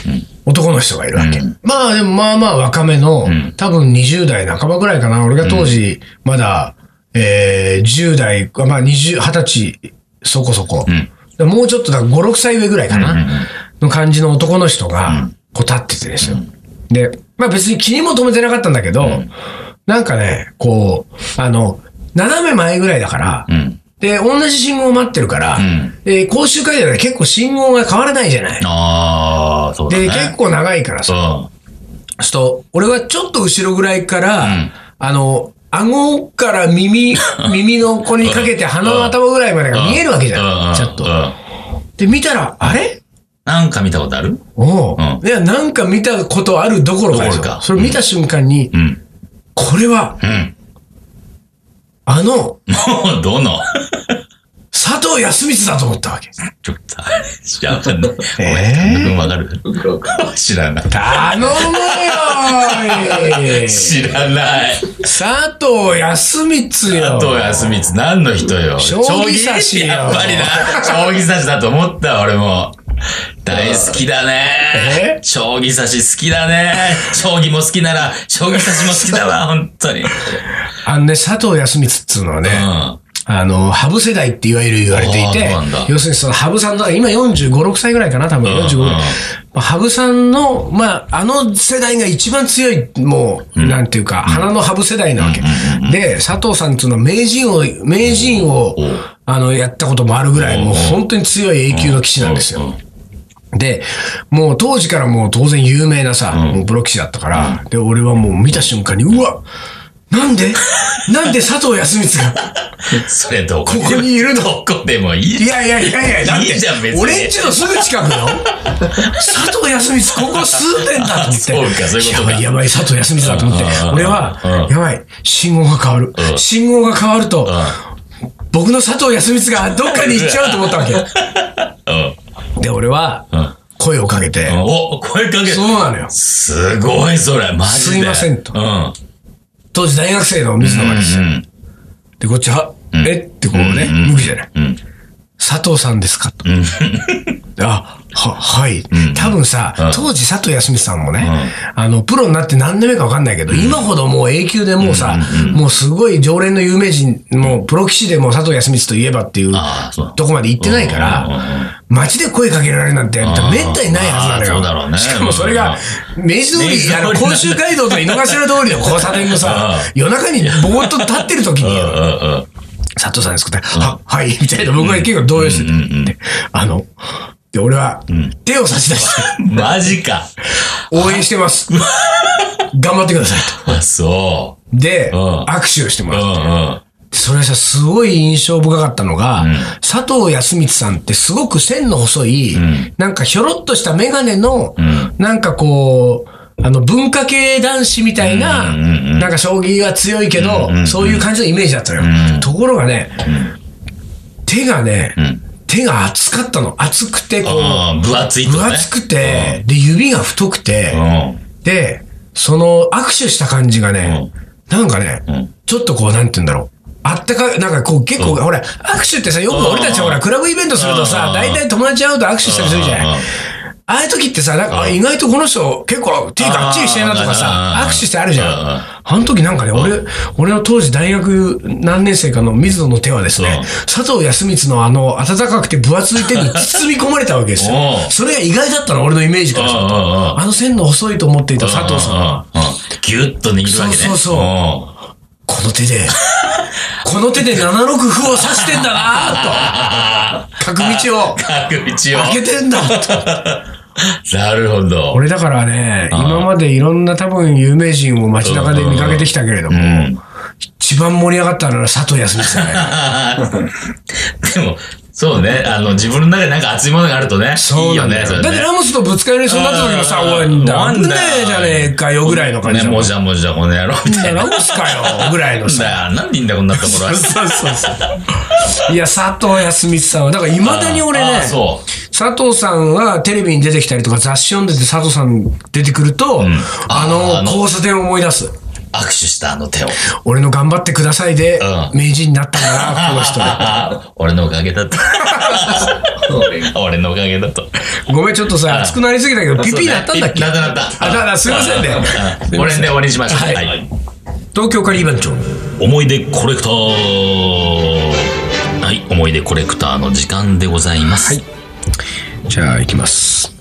[SPEAKER 1] 男の人がいるわけ。
[SPEAKER 2] うん
[SPEAKER 1] まあでもまあまあ若めの、
[SPEAKER 2] ん
[SPEAKER 1] 多分20代半ばぐらいかな。俺が当時、まだ、えー、10代、まあ20、20歳、そこそこ。
[SPEAKER 2] ん
[SPEAKER 1] でもうちょっとだから5、6歳上ぐらいかな。
[SPEAKER 2] うんうんうん
[SPEAKER 1] の感じの男の人が、こう立っててですよ。で、まあ別に気にも留めてなかったんだけど、なんかね、こう、あの、斜め前ぐらいだから、
[SPEAKER 2] うん。
[SPEAKER 1] で、同じ信号を待ってるから、
[SPEAKER 2] うん
[SPEAKER 1] で、講習会では結構信号が変わらないじゃない。
[SPEAKER 2] ああ、そうだね。
[SPEAKER 1] で、結構長いからさ、
[SPEAKER 2] 構。
[SPEAKER 1] ちょっと、俺はちょっと後ろぐらいから、
[SPEAKER 2] ん
[SPEAKER 1] あの、顎から 耳、耳の子にかけて鼻の頭ぐらいまでが見えるわけじゃん。ちょっと。
[SPEAKER 2] と。
[SPEAKER 1] で、見たら、あれ
[SPEAKER 2] なんか見たことある
[SPEAKER 1] おう
[SPEAKER 2] うん
[SPEAKER 1] いや、なんか見たことあるどころかですよ
[SPEAKER 2] どころか
[SPEAKER 1] それ見た瞬間に、
[SPEAKER 2] うん。
[SPEAKER 1] これは、
[SPEAKER 2] うん。
[SPEAKER 1] あの、
[SPEAKER 2] もう、どの
[SPEAKER 1] 佐藤康光だと思ったわけ。
[SPEAKER 2] ちょっと、あれ、知らんかんない。
[SPEAKER 1] え
[SPEAKER 2] うんわかる 知らない。
[SPEAKER 1] 頼む よ
[SPEAKER 2] 知らない。
[SPEAKER 1] 佐藤康光よ
[SPEAKER 2] 佐藤康光、何の人よ。
[SPEAKER 1] 将棋指しよ
[SPEAKER 2] やっぱりな。将棋指しだと思った、俺も。大好きだね
[SPEAKER 1] え。
[SPEAKER 2] 将棋指し好きだね。将棋も好きなら、将棋指しも好きだ わ、本当に。うん。
[SPEAKER 1] あのね、佐藤康光っつうのはね、あの、ハブ世代っていわゆる言われていて
[SPEAKER 2] あーそうなんだ、
[SPEAKER 1] 要するにそのハブさんだから今45、6歳ぐらいかな、多分
[SPEAKER 2] うん
[SPEAKER 1] 45ぐらい。まあハブさんの、まあ、あの世代が一番強い、もう、なんていうか、花のハブ世代なわけ。で、佐藤さんっていうのは名人を、名人を
[SPEAKER 2] おう、
[SPEAKER 1] あの、やったこともあるぐらい、もう本当に強い永久の騎士なんですよ。で、もう当時からもう当然有名なさ、もうプロ棋士だったから、で、俺はもう見た瞬間に、うわなんで なんで佐藤康光が
[SPEAKER 2] それどこ
[SPEAKER 1] ここにいるの
[SPEAKER 2] どこでもいい
[SPEAKER 1] い。やいやいやいや、だっ
[SPEAKER 2] いいじゃん別
[SPEAKER 1] て、
[SPEAKER 2] に
[SPEAKER 1] 俺んちのすぐ近くよ。佐藤康光、ここ住んでんだと思って。
[SPEAKER 2] そうかそういうことか
[SPEAKER 1] やばい、やばい、佐藤康光だと思って
[SPEAKER 2] うんうん。
[SPEAKER 1] 俺は
[SPEAKER 2] うん、
[SPEAKER 1] やばい、信号が変わる
[SPEAKER 2] ん。
[SPEAKER 1] 信号が変わると
[SPEAKER 2] うん、。
[SPEAKER 1] 僕の佐藤康光がどっかに行っちゃうと思ったわけ。
[SPEAKER 2] うん。
[SPEAKER 1] で、俺は
[SPEAKER 2] うん、
[SPEAKER 1] 声をかけて、
[SPEAKER 2] お、声かけ
[SPEAKER 1] そうなのよ。
[SPEAKER 2] すごい、それ、マジで。
[SPEAKER 1] すいませんと
[SPEAKER 2] うん。うん
[SPEAKER 1] 当時大学生の水野がです。で、こっちは、えってこうね、向くじゃない。
[SPEAKER 2] うん。
[SPEAKER 1] 佐藤さんですかと。
[SPEAKER 2] うん。
[SPEAKER 1] あ、は、はい。多分さ、
[SPEAKER 2] うん
[SPEAKER 1] 当時佐藤康光さんもね、あの、プロになって何年目か分かんないけど、今ほどもう A 級でもうさ、もうすごい常連の有名人、もうプロ棋士でも佐藤康光といえばっていう
[SPEAKER 2] ああ、そう。
[SPEAKER 1] とこまで行ってないか
[SPEAKER 2] うんうんうん
[SPEAKER 1] ら、街で声かけられるなんて、めったにないはずなのよ。
[SPEAKER 2] まあそうだろうね
[SPEAKER 1] しかもそれが、明治通
[SPEAKER 2] 明治通
[SPEAKER 1] り、
[SPEAKER 2] り
[SPEAKER 1] あの、甲州街道と井の頭通りの交差点のさ、夜中にぼーっと立ってる時に、
[SPEAKER 2] うんうん。
[SPEAKER 1] 佐藤さんですかって、は、はい、みたいな、僕は結構動揺してて、であの、で、俺は、手を差し出して、
[SPEAKER 2] マジか。
[SPEAKER 1] 応援してます。頑張ってください
[SPEAKER 2] あ、そ
[SPEAKER 1] と。で、
[SPEAKER 2] うん
[SPEAKER 1] 握手をしても
[SPEAKER 2] う。うんう
[SPEAKER 1] らって。
[SPEAKER 2] ん。
[SPEAKER 1] それさ、すごい印象深かったのが、佐藤康光さんってすごく線の細い、なんかひょろっとしたメガネの、なんかこう、あの、文化系男子みたいな、
[SPEAKER 2] うんうんうん
[SPEAKER 1] なんか将棋は強いけど、そういう感じのイメージだったのよ。ところがね、手がね、手が熱かったの。熱くて、こう、
[SPEAKER 2] ああ、分厚いってこ
[SPEAKER 1] 分
[SPEAKER 2] とね。
[SPEAKER 1] 厚くて、で、指が太くて、で、その握手した感じがね、なんかね、
[SPEAKER 2] ん
[SPEAKER 1] ちょっとこう、なんて言うんだろう。あったかい、なんかこう結構、ほら、握手ってさ、よく俺たちほら、クラブイベントすると
[SPEAKER 2] う
[SPEAKER 1] さ
[SPEAKER 2] ん、
[SPEAKER 1] 大体友達会うと握手したりするじゃ
[SPEAKER 2] うんうん
[SPEAKER 1] な
[SPEAKER 2] うん
[SPEAKER 1] いああいう時ってさ、なんか、あ意外とこの人結構手がっちりしてるなとか
[SPEAKER 2] うんうん
[SPEAKER 1] さ
[SPEAKER 2] う、
[SPEAKER 1] 握
[SPEAKER 2] ん
[SPEAKER 1] 手してあるじゃん
[SPEAKER 2] うんうん。
[SPEAKER 1] あの時なんかね、俺、俺の当時大学何年生かの水野の手はです
[SPEAKER 2] う
[SPEAKER 1] ね
[SPEAKER 2] ん、
[SPEAKER 1] 佐藤康光のあの、温かくて分厚い手に包み込まれたわけですよ
[SPEAKER 2] お。う
[SPEAKER 1] それが意外だったの、俺のイメージからすると。
[SPEAKER 2] うんうんうん
[SPEAKER 1] あの線の細いと思っていた佐藤さんは、
[SPEAKER 2] うんうんうん。ギュッと握るわけね。
[SPEAKER 1] そうそうそうんこの手 で、この手で7六歩を指してんだな
[SPEAKER 2] ああ、
[SPEAKER 1] ぁと。角 道を
[SPEAKER 2] 角道を。
[SPEAKER 1] 開けてんだと。
[SPEAKER 2] なるほど。
[SPEAKER 1] 俺だからね、今までいろんな多分有名人を街中で見かけてきたけれども、
[SPEAKER 2] うん。
[SPEAKER 1] 一番盛り上がったのは佐藤康光さんね。
[SPEAKER 2] でも、そうね。あの、自分の中でなんか熱いものがあるとね。 いいよね、それ
[SPEAKER 1] だって
[SPEAKER 2] ね。
[SPEAKER 1] ラモスとぶつかりそうになった時もさ、おい、なんだよじゃねえかよぐらいの感じ
[SPEAKER 2] ね、
[SPEAKER 1] だ
[SPEAKER 2] も
[SPEAKER 1] もん。
[SPEAKER 2] じゃもじゃこの野郎みたいな。
[SPEAKER 1] ラモスかよぐらいの さ。
[SPEAKER 2] だなんでいいんだ、こんなところは。
[SPEAKER 1] そうそうそう。いや、佐藤康光さんは、だから未だに俺
[SPEAKER 2] あ
[SPEAKER 1] ね
[SPEAKER 2] あ、そう。
[SPEAKER 1] 佐藤さんがテレビに出てきたりとか雑誌読んでて佐藤さん出てくると、あ
[SPEAKER 2] あ
[SPEAKER 1] の
[SPEAKER 2] の
[SPEAKER 1] 交差点を思い出す。
[SPEAKER 2] 握手したあの手を。
[SPEAKER 1] 俺の頑張ってくださいで、
[SPEAKER 2] う
[SPEAKER 1] 名人になったんだな、この 人。
[SPEAKER 2] 俺のおかげだと。 俺のおかげだと。
[SPEAKER 1] ごめん、ちょっとさ、熱くなりすぎたけど、ピピーなったんだっけ
[SPEAKER 2] なったなった。
[SPEAKER 1] あだからすいませんね
[SPEAKER 2] う
[SPEAKER 1] すいません
[SPEAKER 2] これで終わりにしましょう。
[SPEAKER 1] はい
[SPEAKER 2] はい
[SPEAKER 1] 東京カリー番長。
[SPEAKER 2] 思い出コレクターはい、思い出コレクターの時間でございます。
[SPEAKER 1] じゃあ、行きます。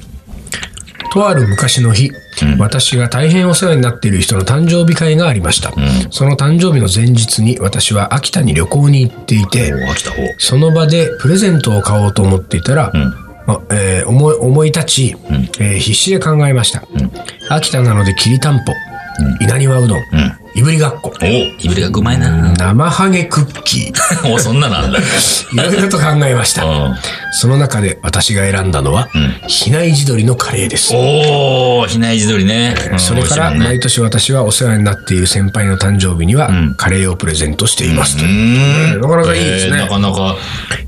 [SPEAKER 1] とある昔の日、私が大変お世話になっている人の誕生日会がありました。その誕生日の前日に私は秋田に旅行に行っていて、
[SPEAKER 2] お、飽きた方。
[SPEAKER 1] その場でプレゼントを買おうと思っていたら、まえー思い思い立ち、えー必死で考えました、秋田なのできりたんぽ、稲庭うどん、いぶりがっこ
[SPEAKER 2] お、いぶりがくうまいな。
[SPEAKER 1] 生ハゲクッキ
[SPEAKER 2] お、そんなの あんだ。
[SPEAKER 1] ーいろいろと考えましたその中で私が選んだのは、比内地鶏のカレーです
[SPEAKER 2] おおー、比内地鶏ね。うん
[SPEAKER 1] それから
[SPEAKER 2] 美味しいもんね
[SPEAKER 1] 毎年私はお世話になっている先輩の誕生日にはカレーをプレゼントしていますと、
[SPEAKER 2] うーん。
[SPEAKER 1] なかなかいいですね
[SPEAKER 2] えーなかなか、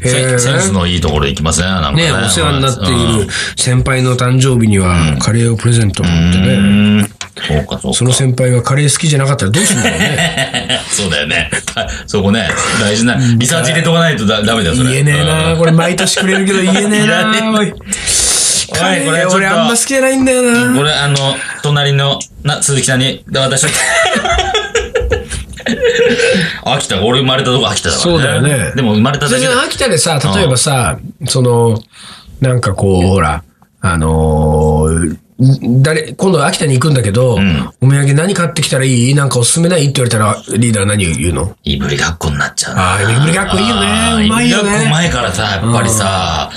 [SPEAKER 1] へ
[SPEAKER 2] セ
[SPEAKER 1] ー
[SPEAKER 2] センスのいいところ行きますね、なんか
[SPEAKER 1] ね、
[SPEAKER 2] ね。
[SPEAKER 1] お世話になってい
[SPEAKER 2] る。
[SPEAKER 1] る先輩の誕生日にはカレーをプレゼントってね、
[SPEAKER 2] うん。そうか、そうか。
[SPEAKER 1] その先輩がカレー好きじゃなかったらどうするんだろう ね。
[SPEAKER 2] そうだよね。はいそこね、大事な、リサーチ入れとかないとだダメだよ、それ。
[SPEAKER 1] 言えねえなこれ毎年くれるけ ど言えねえな
[SPEAKER 2] うん
[SPEAKER 1] おいカレ
[SPEAKER 2] これ
[SPEAKER 1] ー
[SPEAKER 2] ちょっと
[SPEAKER 1] 俺あんま好きじゃないんだよ
[SPEAKER 2] うん
[SPEAKER 1] な
[SPEAKER 2] これ、あの、隣の、な、鈴木さんに、だ私は、 秋田、俺生まれたとこ秋田だから、ね。
[SPEAKER 1] そうだよね
[SPEAKER 2] でも生まれただ
[SPEAKER 1] 全
[SPEAKER 2] けで
[SPEAKER 1] 然秋田でさ、例えばさ、その、なんかこう、ほら、あのー誰、今度秋田に行くんだけど、お土産何買ってきたらいいなんかおすすめないって言われたら、リーダー何言うの
[SPEAKER 2] いぶりがっこになっちゃうな。
[SPEAKER 1] ああ、いぶりがっこいいよ
[SPEAKER 2] あ
[SPEAKER 1] ね。
[SPEAKER 2] ー
[SPEAKER 1] うまいよ
[SPEAKER 2] ぶりがっこう
[SPEAKER 1] ね。
[SPEAKER 2] まいからさ、やっぱりさ。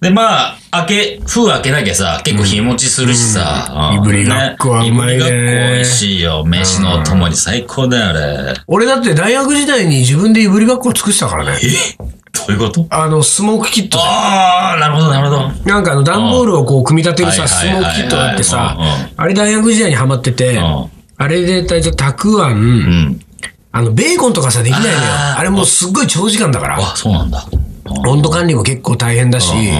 [SPEAKER 2] で、まあ、開け、封開けなきゃさ、結構日持ちするしさ。
[SPEAKER 1] うんいぶりがっこはうまいね
[SPEAKER 2] ぶりがっこ美味しいよ。飯のお供に最高だよ、あれ。
[SPEAKER 1] 俺だって大学時代に自分でいぶりがっこ作ってたからね。
[SPEAKER 2] えどういうこと
[SPEAKER 1] あの、スモークキットで
[SPEAKER 2] ああ、なるほど、なるほど。
[SPEAKER 1] なんかあの段ボールをこう組み立てる
[SPEAKER 2] う
[SPEAKER 1] さ、
[SPEAKER 2] ん
[SPEAKER 1] スモークキットがあって
[SPEAKER 2] は
[SPEAKER 1] さ
[SPEAKER 2] いはいはいはいうん、
[SPEAKER 1] あれ大学時代にハマってて
[SPEAKER 2] ん、
[SPEAKER 1] あれで大体たくあ、
[SPEAKER 2] うんん。
[SPEAKER 1] あの、ベーコンとかさ、できないのよ。
[SPEAKER 2] あ
[SPEAKER 1] あ
[SPEAKER 2] ー
[SPEAKER 1] れもうすっごい長時間だから、
[SPEAKER 2] あ、そうなんだ。
[SPEAKER 1] 温度管理も結構大変だし
[SPEAKER 2] うんうん、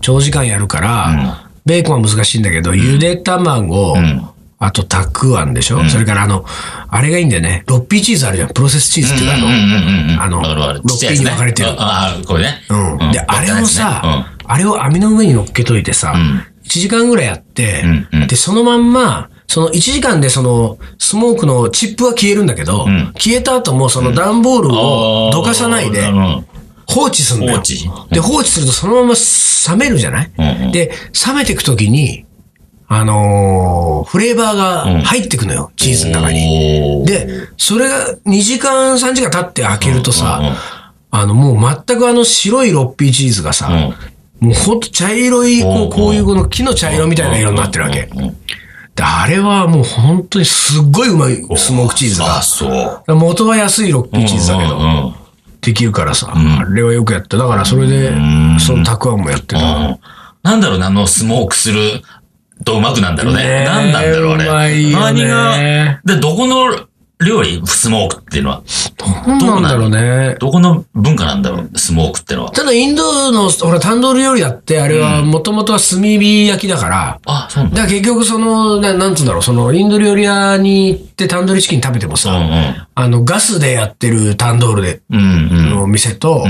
[SPEAKER 1] 長時間やるから、ベーコンは難しいんだけど、ゆで卵
[SPEAKER 2] ん、
[SPEAKER 1] あとたくあんでしょそれからあの、あれがいいんだよね。ロッピーチーズあるじゃん。プロセスチーズっていうかあ
[SPEAKER 2] うん
[SPEAKER 1] の
[SPEAKER 2] うん、うんうん。
[SPEAKER 1] あの
[SPEAKER 2] わかるわかるちっちゃいやつね
[SPEAKER 1] ロッピーに分かれてる
[SPEAKER 2] ああ、これね。
[SPEAKER 1] うん。で、あれをさ、あれを網の上に乗っけといてさ、
[SPEAKER 2] ん
[SPEAKER 1] 1時間ぐらいやって、
[SPEAKER 2] うんうん
[SPEAKER 1] で、そのまんま、その1時間でその、スモークのチップは消えるんだけど、
[SPEAKER 2] ん
[SPEAKER 1] 消えた後もその段ボールをどかさないで
[SPEAKER 2] うんあ
[SPEAKER 1] 放置するんだよ。
[SPEAKER 2] 放置
[SPEAKER 1] で、放置するとそのまま冷めるじゃない、
[SPEAKER 2] うんうん
[SPEAKER 1] で、冷めていくときに、あのーフレーバー
[SPEAKER 2] うん
[SPEAKER 1] が入ってくのよ、チーズの中に。
[SPEAKER 2] ー。おー、
[SPEAKER 1] で、それが2時間、3時間経って開けるとさ、
[SPEAKER 2] うんうんうん
[SPEAKER 1] あの、もう全くあの白いロッピーチーズがさ、もうほんと茶色い、
[SPEAKER 2] うん
[SPEAKER 1] こ
[SPEAKER 2] うん
[SPEAKER 1] う、こういうこの木の茶色みたいな色になってるわけ。で、あれはもう本当にすっごいうまいスモークチーズが
[SPEAKER 2] あ、。そう。
[SPEAKER 1] 元は安いロッピーチーズだけ
[SPEAKER 2] うんう
[SPEAKER 1] ど、
[SPEAKER 2] んうん
[SPEAKER 1] できるからさ、あれはよくやった。だからそれで、そのたくあんもやってた。
[SPEAKER 2] うんなんだろうな、あの、スモークするとうまくなんだろう
[SPEAKER 1] ねえ
[SPEAKER 2] ね。なんなんだろう、あれ。
[SPEAKER 1] うまいよね
[SPEAKER 2] 何が、で、どこの料理スモークっていうのは。
[SPEAKER 1] どうなんだろうね。
[SPEAKER 2] どこの文化なんだろう、スモークってのは。
[SPEAKER 1] ただインドの、ほら、タンドル料理だって、あれはもともとは炭火焼きだから、
[SPEAKER 2] あ、そうなん
[SPEAKER 1] だ
[SPEAKER 2] だ。
[SPEAKER 1] から結局その、ななんつうんだろう、その、インド料理屋に行ってタンドリーチキン食べてもさ、あの、ガスでやってるタンドールで、
[SPEAKER 2] うんうん。うんうん。
[SPEAKER 1] の店と、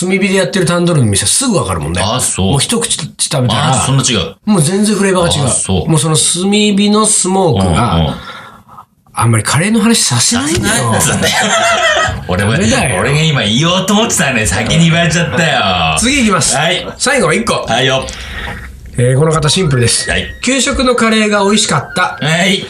[SPEAKER 1] 炭火でやってるタンドールの店すぐわかるもんね。
[SPEAKER 2] あそう
[SPEAKER 1] もう一口食べた
[SPEAKER 2] あ、そ
[SPEAKER 1] ら、
[SPEAKER 2] んな違う。
[SPEAKER 1] もう全然フレーバーが
[SPEAKER 2] あそ
[SPEAKER 1] 違う。
[SPEAKER 2] う
[SPEAKER 1] もうその炭火のスモーク
[SPEAKER 2] うんうん
[SPEAKER 1] が、あんまりカレーの話させないんだよ。
[SPEAKER 2] 俺も、
[SPEAKER 1] ダメだよ
[SPEAKER 2] 俺が今言おうと思ってたのに先に言われちゃったよ。
[SPEAKER 1] 次行きます。
[SPEAKER 2] はい
[SPEAKER 1] 最後は1個。
[SPEAKER 2] はいよ。
[SPEAKER 1] えーこの方シンプルです、
[SPEAKER 2] はい
[SPEAKER 1] 給食のカレーが美味しかった。
[SPEAKER 2] はい。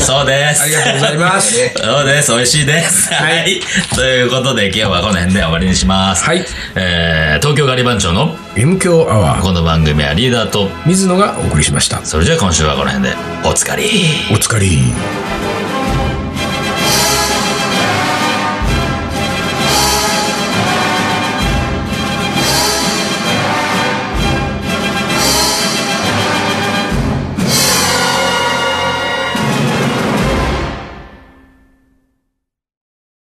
[SPEAKER 2] そうです。
[SPEAKER 1] ありがとうござい ます。
[SPEAKER 2] そうです。美味しいです。
[SPEAKER 1] は
[SPEAKER 2] はいい。ということで、今日はこの辺で終わりにします。
[SPEAKER 1] はい。
[SPEAKER 2] えー、東京ガリバン長の
[SPEAKER 1] M 強アワー、
[SPEAKER 2] この番組はリーダーと、
[SPEAKER 1] 水野がお送りしました。
[SPEAKER 2] それじゃあ今週はこの辺で、おつかり。
[SPEAKER 1] お疲れ。